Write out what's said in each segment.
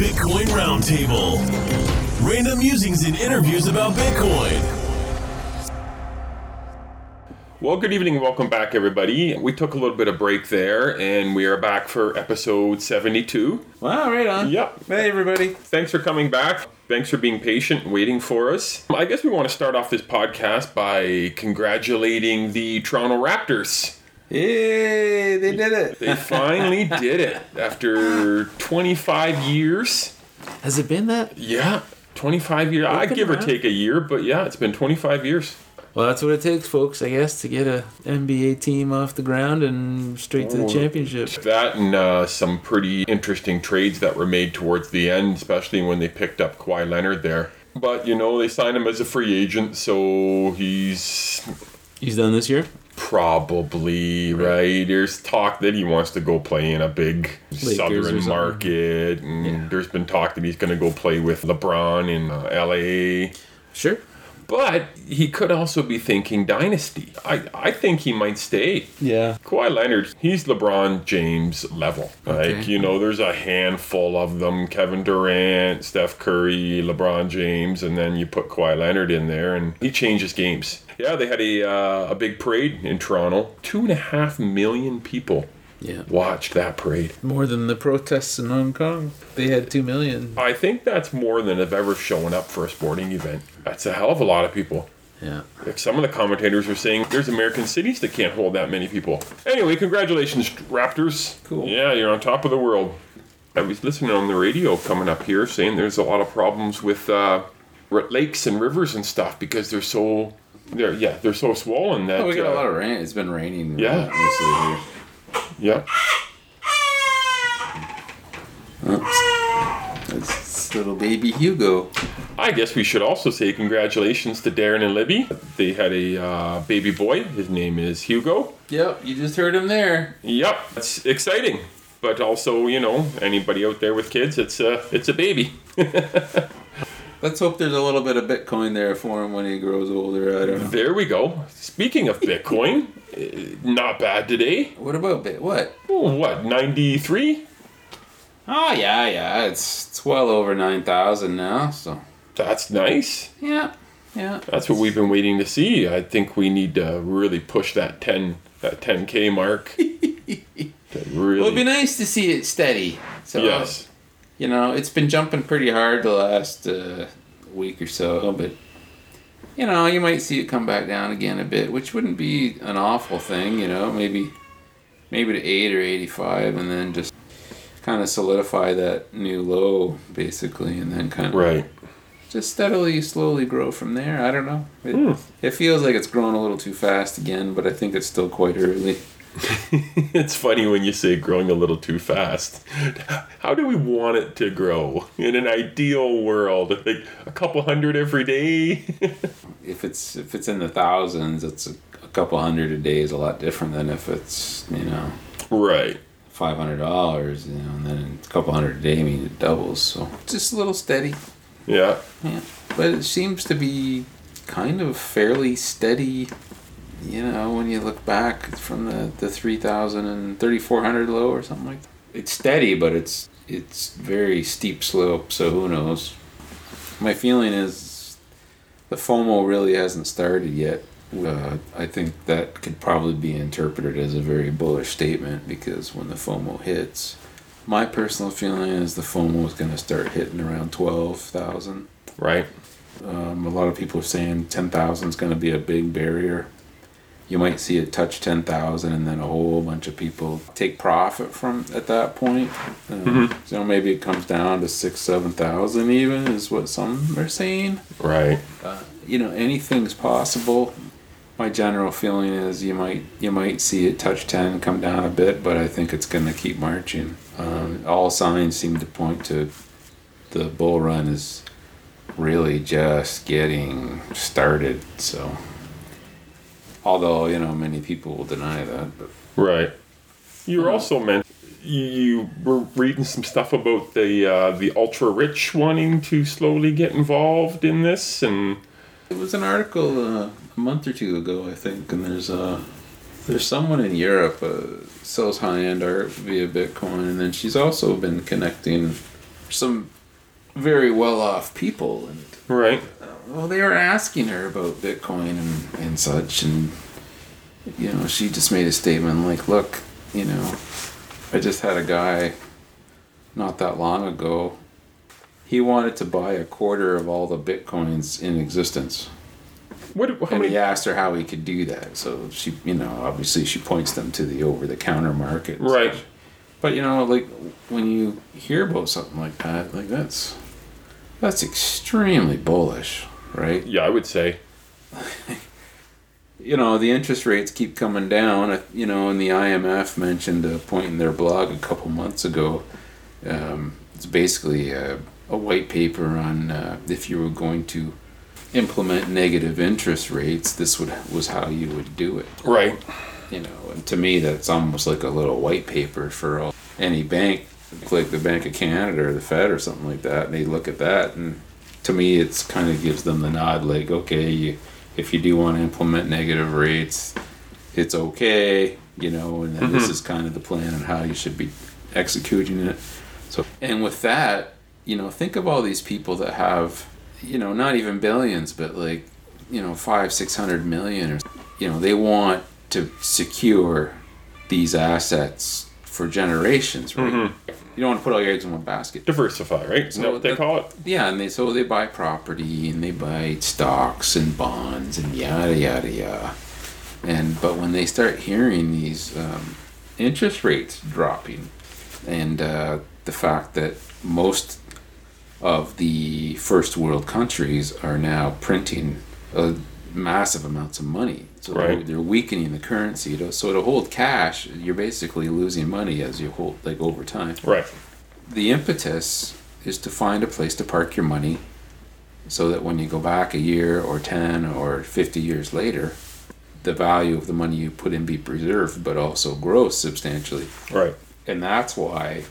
Bitcoin Roundtable. Random musings and interviews about Bitcoin. Well, good evening and welcome back, everybody. We took a little bit of break there, and we are back for episode 72. Wow, Oh, right on. Yep. Hey, everybody. Thanks for coming back. Thanks for being patient and waiting for us. I guess we want to start off this podcast by congratulating the Toronto Raptors. Yay, they did it. They finally did it after 25 years. Has it been that? Yeah, 25 years. I been give or around. take a year, but yeah, it's been 25 years. Well, that's what it takes, folks, I guess, to get a NBA team off the ground and straight Oh. to the championship. That and uh, some pretty interesting trades that were made towards the end, especially when they picked up Kawhi Leonard there. But you know, they signed him as a free agent, so he's He's done this year? probably right. There's talk that he wants to go play in a big Lakers or southern something. market, and there's been talk that he's going to go play with LeBron in uh, LA. Sure. But he could also be thinking dynasty. I, I think he might stay. Yeah. Kawhi Leonard, he's LeBron James level. Okay. Like, you know, there's a handful of them Kevin Durant, Steph Curry, LeBron James, and then you put Kawhi Leonard in there, and he changes games. Yeah, they had a, uh, a big parade in Toronto. Two and a half million people Yeah. watched that parade. More than the protests in Hong Kong. They had 2 million. I think that's more than have ever shown up for a sporting event. That's a hell of a lot of people. Yeah. Like, Some of the commentators were saying there's American cities that can't hold that many people. Anyway, congratulations, Raptors. Cool. Yeah, you're on top of the world. I was listening on the radio coming up here saying there's a lot of problems with uh, r- lakes and rivers and stuff because they're so they're yeah they're so swollen that Oh, we got uh, a lot of rain. It's been raining. uh, Yeah. relentlessly uh, yeah here. It's little baby Hugo. I guess we should also say congratulations to Darren and Libby. They had a uh, baby boy. His name is Hugo. Yep, you just heard him there. Yep, it's exciting. But also, you know, anybody out there with kids, it's a it's a baby. Let's hope there's a little bit of Bitcoin there for him when he grows older. I don't know. There we go. Speaking of Bitcoin, eh, not bad today. What about Bit? What? Oh, What, 93? Oh yeah, yeah. It's it's well over nine thousand now. So That's nice. yeah, yeah. That's what we've been waiting to see. I think we need to really push that 10 that 10k mark. That It would be really nice to see it steady. So Yes. you know, it's been jumping pretty hard the last uh, week or so, but you know, you might see it come back down again a bit, which wouldn't be an awful thing, you know, maybe maybe to 8 or 85 and then just kind of solidify that new low basically and then kind of Right. just steadily slowly grow from there. I don't know. It, it feels like it's growing a little too fast again, but I think it's still quite early. It's funny when you say growing a little too fast. How do we want it to grow in an ideal world? Like a couple hundred every day? if it's if it's in the thousands, it's a, a couple hundred a day is a lot different than if it's you know right. five hundred dollars, you know, and then a couple hundred a day I mean it doubles. So just a little steady, Yeah. yeah. But it seems to be kind of fairly steady, you know, when you look back from the the three thousand and thirty four hundred low or something like that. It's steady, but it's it's very steep slope. So who knows? My feeling is the FOMO really hasn't started yet. Uh, I think that could probably be interpreted as a very bullish statement because when the FOMO hits, my personal feeling is the FOMO is going to start hitting around 12,000. Right. Um, a lot of people are saying 10,000 is going to be a big barrier. You might see it touch 10,000 and then a whole bunch of people take profit from at that point. Um, So maybe it comes down to six, 7,000 even is what some are saying Right. you know anything's possible my general feeling is you might you might see it touch 10 come down a bit but i think it's going to keep marching um, all signs seem to point to the bull run is really just getting started so although you know many people will deny that but Right. You were also meant. You, you were reading some stuff about the uh, the ultra rich wanting to slowly get involved in this, and It was an article uh, a month or two ago, I think, and there's uh, there's someone in Europe uh, sells high end art via Bitcoin, and then she's also been connecting some very well off people and Right. well they were asking her about bitcoin and, and such and you know she just made a statement like look you know i just had a guy not that long ago he wanted to buy a quarter of all the bitcoins in existence What? How and many? he asked her how he could do that so she you know obviously she points them to the over-the-counter market and Right. such. but you know like when you hear about something like that like that's that's extremely bullish right Yeah, I would say. you know the interest rates keep coming down uh, you know and the imf mentioned a point in their blog a couple months ago um, it's basically a, a white paper on uh, if you were going to implement negative interest rates this would was how you would do it Right. you know and to me that's almost like a little white paper for all, any bank like the bank of canada or the fed or something like that and they look at that and to me it's kind of gives them the nod like okay you, if you do want to implement negative rates it's okay you know and then this is kind of the plan and how you should be executing it so and with that you know think of all these people that have you know not even billions but like you know five six hundred million or you know they want to secure these assets for generations right you don't want to put all your eggs in one basket Diversify. Right. Is that So what they that- call it? yeah, and they so they buy property and they buy stocks and bonds and yada yada yada. And but when they start hearing these um, interest rates dropping, and uh, the fact that most of the first world countries are now printing uh, massive amounts of money, so they're- Right. they're, weakening the currency. To, so to hold cash, you're basically losing money as you hold like over time Right. the impetus is to find a place to park your money so that when you go back a year or 10 or 50 years later, the value of the money you put in be preserved but also grows substantially. Right. And that's why,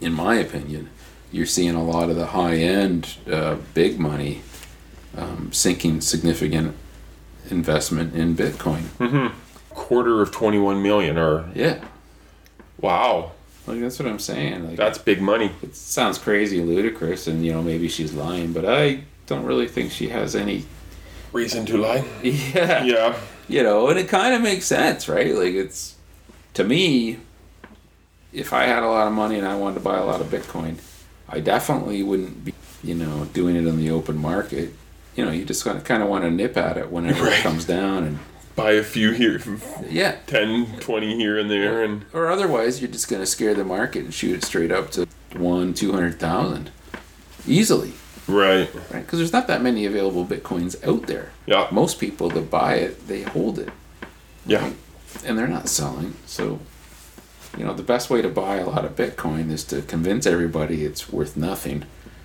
in my opinion, you're seeing a lot of the high end uh, big money um, sinking significant investment in Bitcoin. Quarter of twenty-one million. Or Yeah. wow, Like, that's what I'm saying. Like, that's big money. it sounds crazy ludicrous and you know maybe she's lying but i don't really think she has any Reason to lie. yeah, Yeah. you know and it kind of makes sense right like it's to me if i had a lot of money and i wanted to buy a lot of bitcoin i definitely wouldn't be you know doing it in the open market you know you just kind of want to nip at it whenever Right. it comes down Buy a few here, and yeah 10, 20 here and there, and or otherwise you're just going to scare the market and shoot it straight up to one two hundred thousand easily right. right? Because there's not that many available bitcoins out there. Yeah. Most people that buy it, they hold it, Yeah. and they're not selling. So, you know, the best way to buy a lot of bitcoin is to convince everybody it's worth nothing,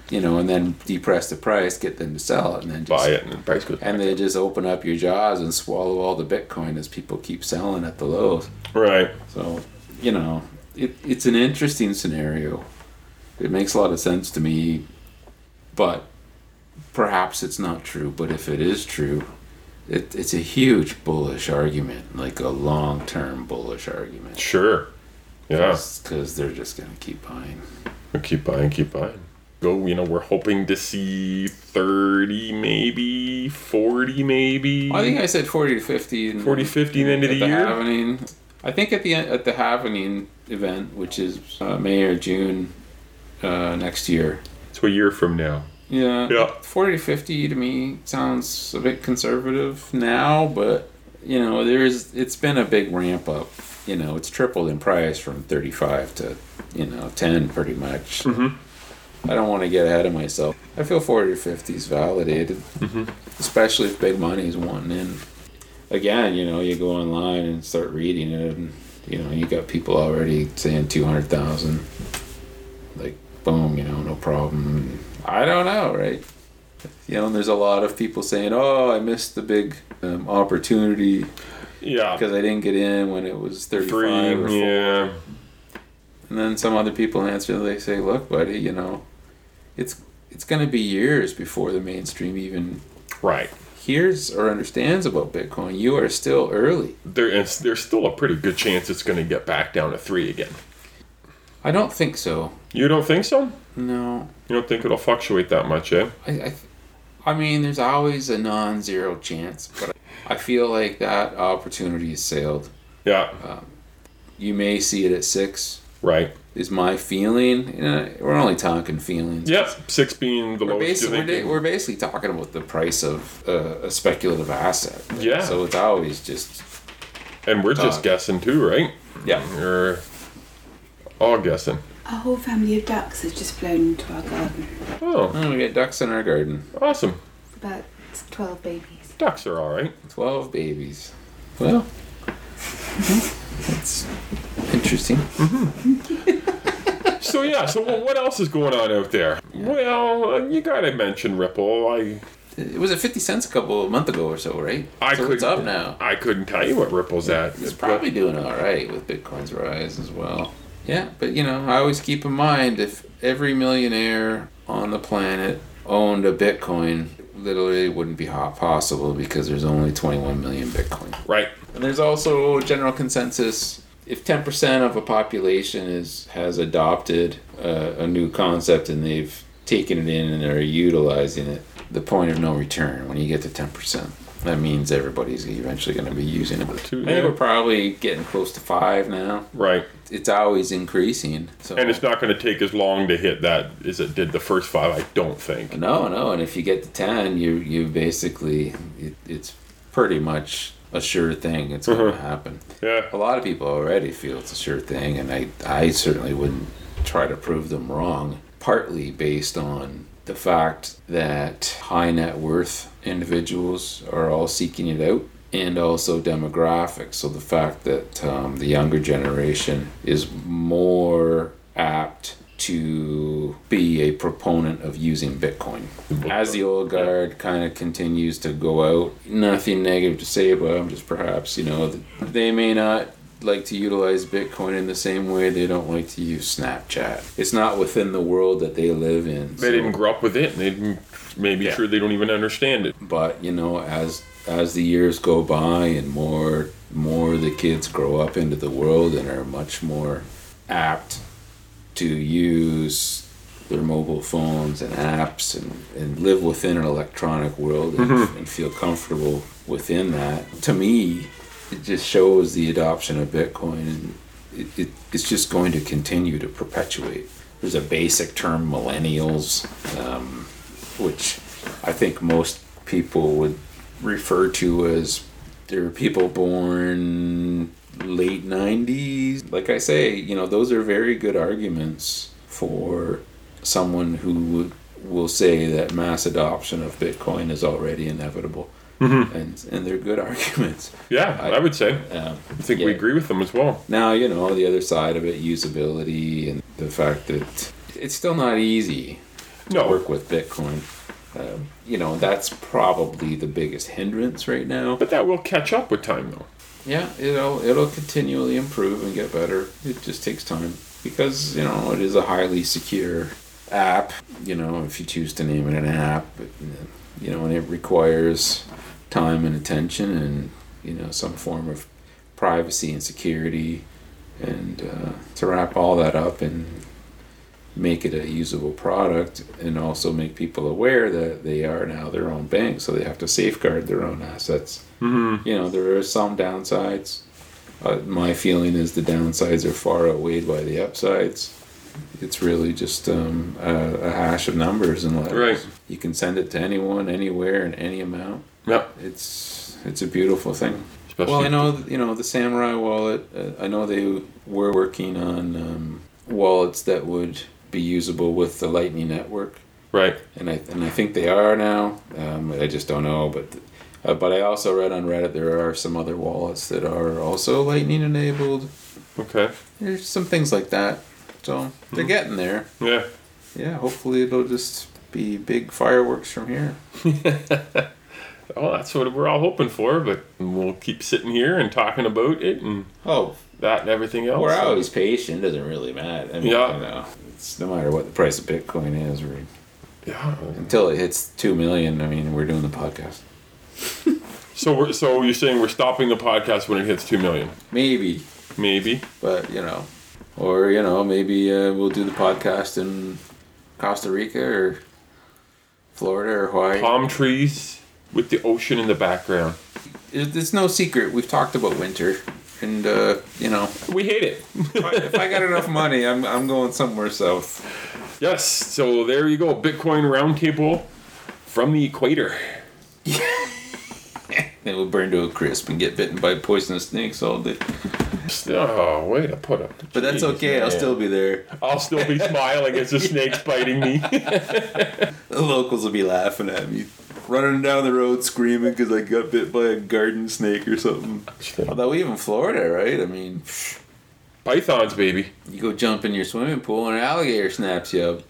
you know, and then depress the price, get them to sell it, and then just Buy it and the price goes. And they just open up your jaws and swallow all the bitcoin as people keep selling at the lows. Right. So, you know, it, it's an interesting scenario. It makes a lot of sense to me, but perhaps it's not true. But if it is true, it, it's a huge bullish argument, like a long term bullish argument. Sure. Yeah. Because they're just going to keep buying. We keep buying, keep buying. Go, you know, we're hoping to see 30 maybe, 40 maybe. I think I said 40 to 50. And 40, 50 end of at the year? Havening. I think at the en- at the Havening event, which is uh, May or June uh, next year, it's a year from now. Yeah. Yeah. 40 to 50 to me sounds a bit conservative now, but you know, there's it's been a big ramp up. You know, it's tripled in price from 35 to, you know, 10 pretty much. I don't want to get ahead of myself. I feel 40 to 50 is validated, especially if big money is wanting in. Again, you know, you go online and start reading it, and you know, you got people already saying 200,000 like boom, you know, no problem. I don't know, right? You know, and there's a lot of people saying, "Oh, I missed the big um, opportunity Yeah. because I didn't get in when it was 35 Three. or 4." Yeah. And then some other people answer, they say, "Look, buddy, you know, it's it's going to be years before the mainstream even Right. hears or understands about Bitcoin. You are still early." There is, there's still a pretty good chance it's going to get back down to three again. I don't think so. You don't think so? No, You don't think it'll fluctuate that much, eh? I, I, th- I mean, there's always a non-zero chance, but I feel like that opportunity is sailed. Yeah, Uh, You may see it at six. right. Is my feeling? You know, we're only talking feelings. Yeah, six being the We're lowest. You basically, we're, da- think? we're basically talking about the price of uh, a speculative asset. right? Yeah. So it's always just and we're just Uh, guessing too, right? yeah. We're all guessing. A whole family of ducks has just flown into our garden. Oh, Oh, we got ducks in our garden. awesome. It's about 12 babies. Ducks are all right. Twelve babies. Well, that's interesting. So yeah. So wh- what else is going on out there? Well, uh, you gotta mention Ripple. I It was at fifty cents a couple a month ago or so, right? I so couldn't. it's up now. I couldn't tell you what Ripple's at. It's probably doing all right with Bitcoin's rise as well. Yeah, but you know, I always keep in mind if every millionaire on the planet owned a Bitcoin, literally it wouldn't be hot possible because there's only 21 million Bitcoin. right. And there's also a general consensus if 10% of a population is has adopted uh, a new concept and they've taken it in and are utilizing it, the point of no return when you get to 10%. That means everybody's eventually going to be using it. I think yeah. we're probably getting close to five now. Right. It's always increasing. So And it's not going to take as long to hit that as it did the first five, I don't think. no, no. And if you get to ten, you you basically it, it's pretty much a sure thing. It's Uh-huh. going to happen. Yeah. A lot of people already feel it's a sure thing, and I, I certainly wouldn't try to prove them wrong, partly based on the fact that high net worth individuals are all seeking it out, and also demographics. So the fact that um, the younger generation is more apt to be a proponent of using Bitcoin. As the old guard kind of continues to go out, nothing negative to say about them, just perhaps, you know, th- they may not like to utilize Bitcoin in the same way they don't like to use Snapchat. It's not within the world that they live in. They so- didn't grow up with it. and They didn't- may be Yeah. sure they don't even understand it. but you know as as the years go by and more more the kids grow up into the world and are much more apt to use their mobile phones and apps and, and live within an electronic world and, and feel comfortable within that to me it just shows the adoption of bitcoin and it, it, it's just going to continue to perpetuate there's a basic term millennials um, which I think most people would refer to as there are people born late 90s. Like I say, you know, those are very good arguments for someone who would, will say that mass adoption of Bitcoin is already inevitable. And, and they're good arguments. Yeah, I, I- would say. Um, I think we yeah. agree with them as well. Now, you know, the other side of it, usability and the fact that it's still not easy No. work with Bitcoin. Um, you know, that's probably the biggest hindrance right now. But that will catch up with time, though. Yeah, it'll it'll continually improve and get better. It just takes time because you know it is a highly secure app. You know, if you choose to name it an app, but, you know, and it requires time and attention and you know some form of privacy and security, and uh, to wrap all that up and make it a usable product and also make people aware that they are now their own bank so they have to safeguard their own assets you know there are some downsides uh, my feeling is the downsides are far outweighed by the upsides it's really just um, a, a hash of numbers and letters Right. you can send it to anyone anywhere in any amount Yeah. it's it's a beautiful thing Especially well, I know th- you know the Samurai wallet. Uh, I know they were working on um, wallets that would be usable with the Lightning Network, Right. and I and I think they are now. Um, I just don't know, but uh, but I also read on Reddit there are some other wallets that are also Lightning enabled. Okay. There's some things like that, so they're getting there. Yeah. Yeah, hopefully it'll just be big fireworks from here. Well, that's what we're all hoping for, but we'll keep sitting here and talking about it and Oh, that and everything else. We're always patient. Doesn't really matter. I mean, Yeah. you know, it's no matter what the price of Bitcoin is, we're, Yeah. until it hits two million. I mean, we're doing the podcast. So we're so you're saying we're stopping the podcast when it hits two million? Maybe, Maybe. but you know, or you know maybe uh, we'll do the podcast in Costa Rica or Florida or Hawaii. Palm trees with the ocean in the background. It- It's no secret we've talked about winter, and uh, you know We hate it. if I- if I got enough money, I'm I'm going somewhere south. Yes, so there you go. Bitcoin roundtable from the equator. It will burn to a crisp and get bitten by poisonous snakes all day. Oh, way to put it. But that's Jeez, okay. I'll man. still be there. I'll still be smiling as the snake's biting me. The locals will be laughing at me, running down the road screaming because I got bit by a garden snake or something. Although even Florida, right? I mean, Pythons, baby. you go jump in your swimming pool and an alligator snaps you up.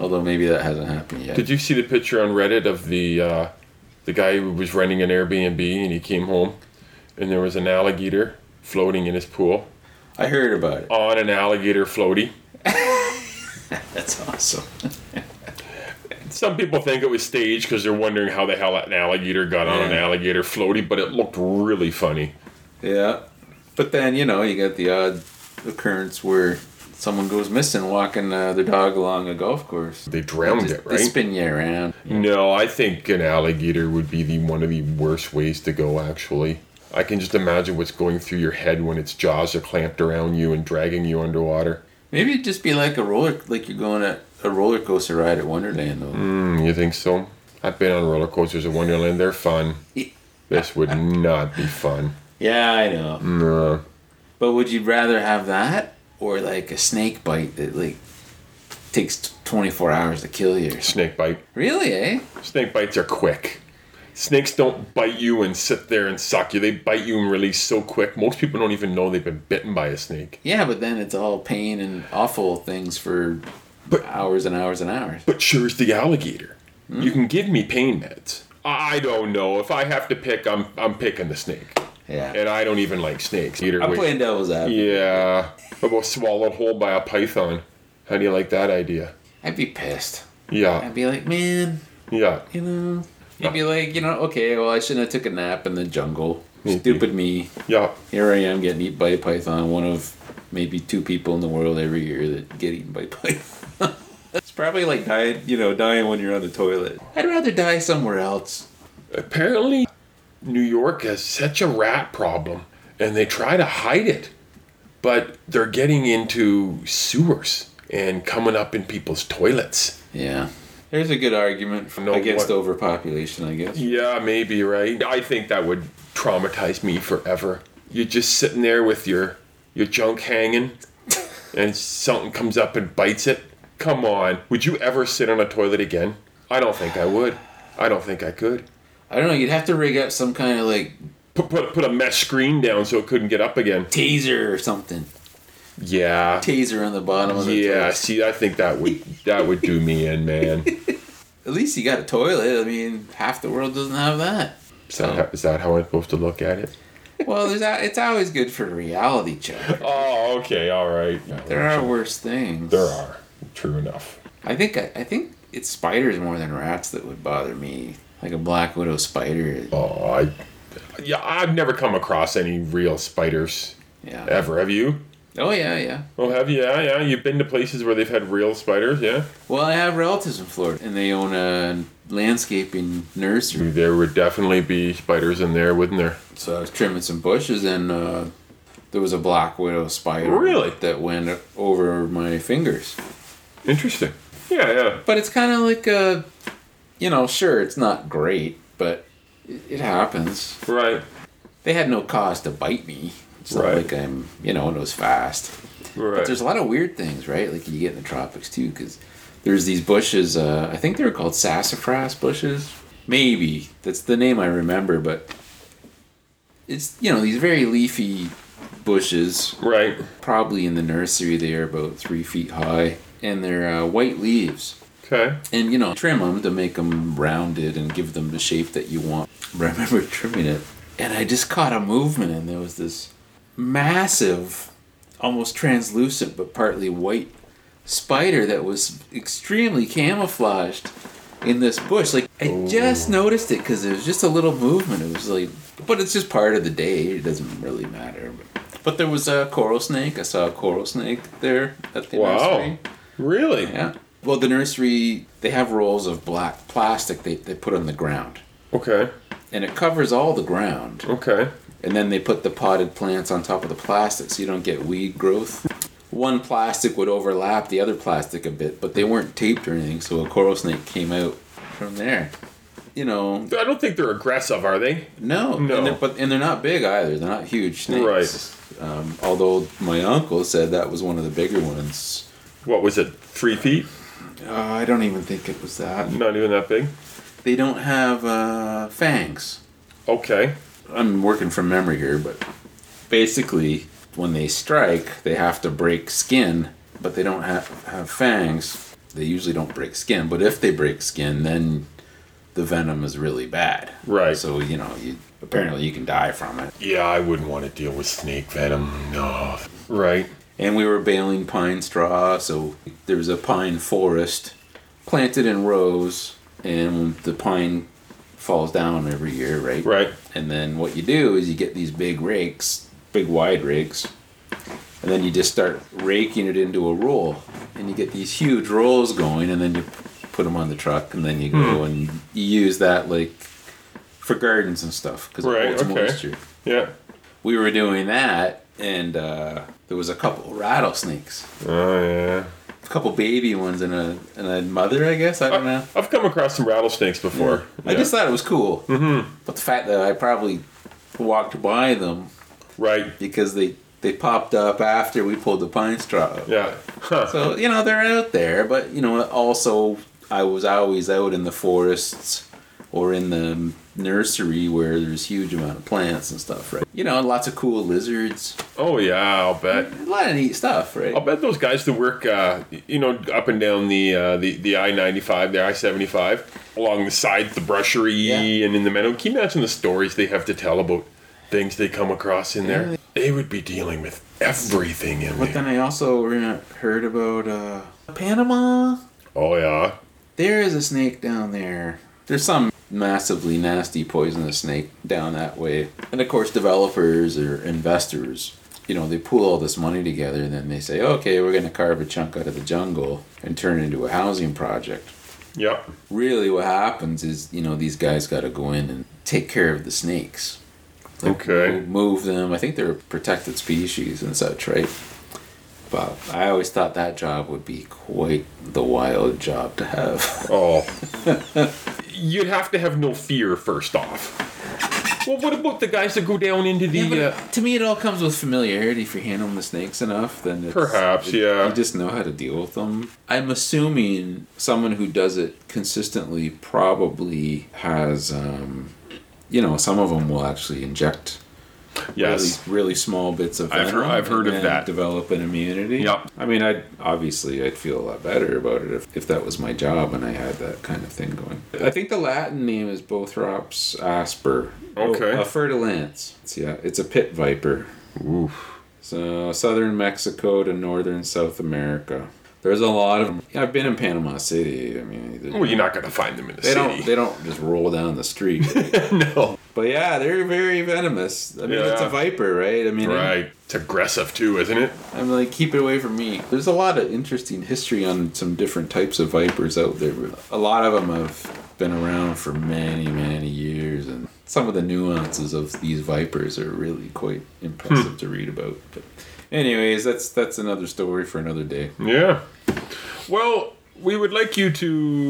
Although maybe that hasn't happened yet. Did you see the picture on Reddit of the uh, the guy who was renting an Airbnb and he came home and there was an alligator floating in his pool I heard about it. on an alligator floaty. That's awesome. Some people think it was staged because they're wondering how the hell an alligator got on an Yeah. alligator floaty, but it looked really funny. Yeah. But then, you know, you got the odd occurrence where someone goes missing walking uh, their dog along a golf course. They drowned They- it, They right? spin you around. No, I think an alligator would be the one of the worst ways to go. Actually, I can just imagine what's going through your head when its jaws are clamped around you and dragging you underwater. Maybe it'd just be like a roller, like you're going at a roller coaster ride at Wonderland, though. Mm, you think so? I've been on roller coasters at Wonderland. They're fun. This would not be fun. Yeah, I know. No. But would you rather have that or like a snake bite that like takes t- 24 hours to kill you? Snake bite. Really, eh? Snake bites are quick. Snakes don't bite you and sit there and suck you. They bite you and release so quick. Most people don't even know they've been bitten by a snake. Yeah, but then it's all pain and awful things for But- hours and hours and hours. But sure is the alligator. Hmm? You can give me pain meds. I I don't know. If I have to pick, I'm I'm picking the snake. Yeah. And I don't even like snakes. Either I'm way. playing devil's advocate. Yeah. How about swallowed whole by a python? How do you like that idea? I'd be pissed. Yeah. I'd be like, man, Yeah. you know. You'd be like, you know, okay, well, I shouldn't have took a nap in the jungle. Mhm. Stupid me. Yeah. Here I am getting eaten by a python, one of maybe two people in the world every year that get eaten by python. it's probably like dying, you know, dying when you're on the toilet. I'd rather die somewhere else. Apparently, New York has such a rat problem, and they try to hide it, but they're getting into sewers and coming up in people's toilets. Yeah. There's a good argument for No, against what- overpopulation, I guess. Yeah, maybe, right? I think that would traumatize me forever. You're just sitting there with your your junk hanging, and something comes up and bites it. Come on, would you ever sit on a toilet again? I don't think I would. I don't think I could. I don't know, you'd have to rig up some kind of like Put, put, put a mesh screen down so it couldn't get up again. taser or something. Yeah. Taser on the bottom of the Yeah, toilet. see, I think that would that would do me in, man. At least you got a toilet. I mean, half the world doesn't have that. Is Oh. that, how- is that how I'm supposed to look at it? Well, there's a, it's always good for a reality check. Oh, okay, all right. There are worse things. There are. True enough. I think I, I think it's spiders more than rats that would bother me. Like a black widow spider. Oh, I. Yeah, I've never come across any real spiders Yeah. ever. Have you? Oh yeah, yeah. Oh, have you? Yeah, yeah. You've been to places where they've had real spiders, yeah. Well, I have relatives in Florida, and they own a landscaping nursery. There would definitely be spiders in there, wouldn't there? So I was trimming some bushes, and uh, there was a black widow spider. Really? That went over my fingers. Interesting. Yeah, yeah. But it's kind of like a, you know, sure, it's not great, but it, it happens. Right, They had no cause to bite me. It's not Right. like I'm, you know, and it was fast. But right. there's a lot of weird things, right? Like you get in the tropics too, because there's these bushes. Uh, I think they were called sassafras bushes. Maybe that's the name I remember, but it's you know these very leafy bushes, Right. probably in the nursery. They are about three feet high, and they're uh, white leaves. Okay. And you know trim them to make them rounded and give them the shape that you want. But I remember trimming it, and I just caught a movement, and there was this massive, almost translucent but partly white spider that was extremely camouflaged in this bush. Like I just noticed it because it was just a little movement. It was like, but it's just part of the day. It doesn't really matter. But But there was a coral snake. I saw a coral snake there at the Wow. nursery. Really? Yeah. Well, the nursery they have rolls of black plastic they, they put on the ground, Okay. and it covers all the ground. Okay. And then they put the potted plants on top of the plastic so you don't get weed growth. One plastic would overlap the other plastic a bit, but they weren't taped or anything, so a coral snake came out from there. You know, I don't think they're aggressive, are they? no, No. And they're, but and they're not big either. They're not huge snakes. Right. Um, although my uncle said that was one of the bigger ones. What was it? Three feet? Uh, I don't even think it was that. Not even that big. They don't have uh, fangs. Okay. I'm working from memory here, but basically, when they strike, they have to break skin, but they don't have, have fangs. They usually don't break skin, but if they break skin, then the venom is really bad. Right. So, you know, you apparently you can die from it. Yeah, I wouldn't want to deal with snake venom. No. Right. And we were baling pine straw, so there was a pine forest planted in rows, and the pine falls down every year, right? Right. And then what you do is you get these big rakes, big wide rakes, and then you just start raking it into a roll, and you get these huge rolls going, and then you put them on the truck, and then you Hmm. go and you use that like for gardens and stuff because Right, it holds okay. moisture Yeah. we were doing that, and uh, there was a couple rattlesnakes, Oh yeah. a couple baby ones, and a and a mother, I guess. I don't know. I've come across some rattlesnakes before. I Uh, Yeah. just thought it was cool, mm-hmm. but the fact that I probably walked by them right. because they they popped up after we pulled the pine straw. Up. Yeah. Huh. So you know they're out there, but you know also I was always out in the forests or in the nursery where there's huge amount of plants and stuff, right? You know, lots of cool lizards, Oh yeah. I'll bet. a lot of neat stuff, right? I'll bet those guys that work, uh, you know, up and down the uh, the, the I ninety five, the I seventy five, along the sides, the brushery, Yeah. and in the meadow. Can you imagine the stories they have to tell about things they come across in there? Yeah. They would be dealing with everything in But there. then I also re- heard about uh, Panama. oh yeah. There is a snake down there. There's some massively nasty poisonous snake down that way. And of course, developers or investors, you know, they pool all this money together and then they say, okay, we're going to carve a chunk out of the jungle and turn it into a housing project. Yep. Really, what happens is, you know, these guys got to go in and take care of the snakes. Okay. mo- Move them. I think they're a protected species and such, right? But I always thought that job would be quite the wild job to have. Oh. You'd have to have no fear first off. Well, what about the guys that go down into the? uh, to me, it all comes with familiarity. If you're handling the snakes enough, then it's, Perhaps, yeah. You just know how to deal with them. I'm assuming someone who does it consistently probably has, um, you know, some of them will actually inject uh, yes. really, really small bits of I've venom. heard- I've heard of and that. Develop an immunity. Yep. I mean, I'd obviously I'd feel a lot better about it if, if that was my job and I had that kind of thing going. I think the Latin name is Bothrops asper. Okay. Oh, a fertilance. It's, yeah, it's a pit viper. Oof. So southern Mexico to northern South America. There's a lot of 'em. Yeah, I've been in Panama City. I mean, they're- Well, you're not gonna find them in the they city. don't they don't just roll down the street. no. but yeah, they're very venomous. I mean, it's Yeah. a viper, right? I mean, Right. It's aggressive too, isn't it? I'm like, keep it away from me. There's a lot of interesting history on some different types of vipers out there. A lot of them have been around for many, many years, and some of the nuances of these vipers are really quite Hmm. impressive to read about. But, anyways, that's that's another story for another day. Yeah. Well, we would like you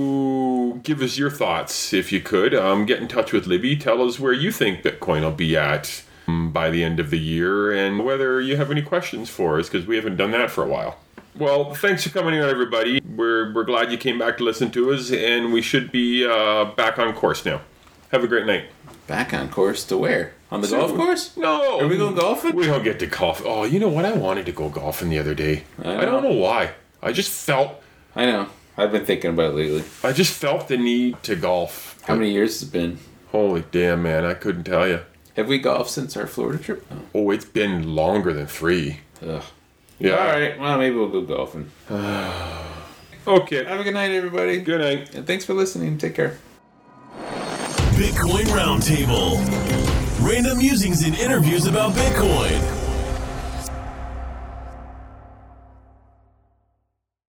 to give us your thoughts, if you could. Um, get in touch with Libby. Tell us where you think Bitcoin will be at um, by the end of the year and whether you have any questions for us because we haven't done that for a while. Well, thanks for coming out, everybody. We're, we're glad you came back to listen to us, and we should be uh, back on course now. Have a great night. Back on course to where? On the golf course? No. Are we going golfing? We don't get to golf. Oh, you know what? I wanted to go golfing the other day. I I don't know. know why. I just felt I know. I've been thinking about it lately. I just felt the need to golf. How many years has it been? Holy damn, man! I couldn't tell you. Have we golfed since our Florida trip? Oh, Oh, it's been longer than three. Ugh. Yeah. All right. Well, maybe we'll go golfing. Okay. Have a good night, everybody. Good night. And thanks for listening. Take care. Bitcoin Roundtable. Random musings and interviews about Bitcoin.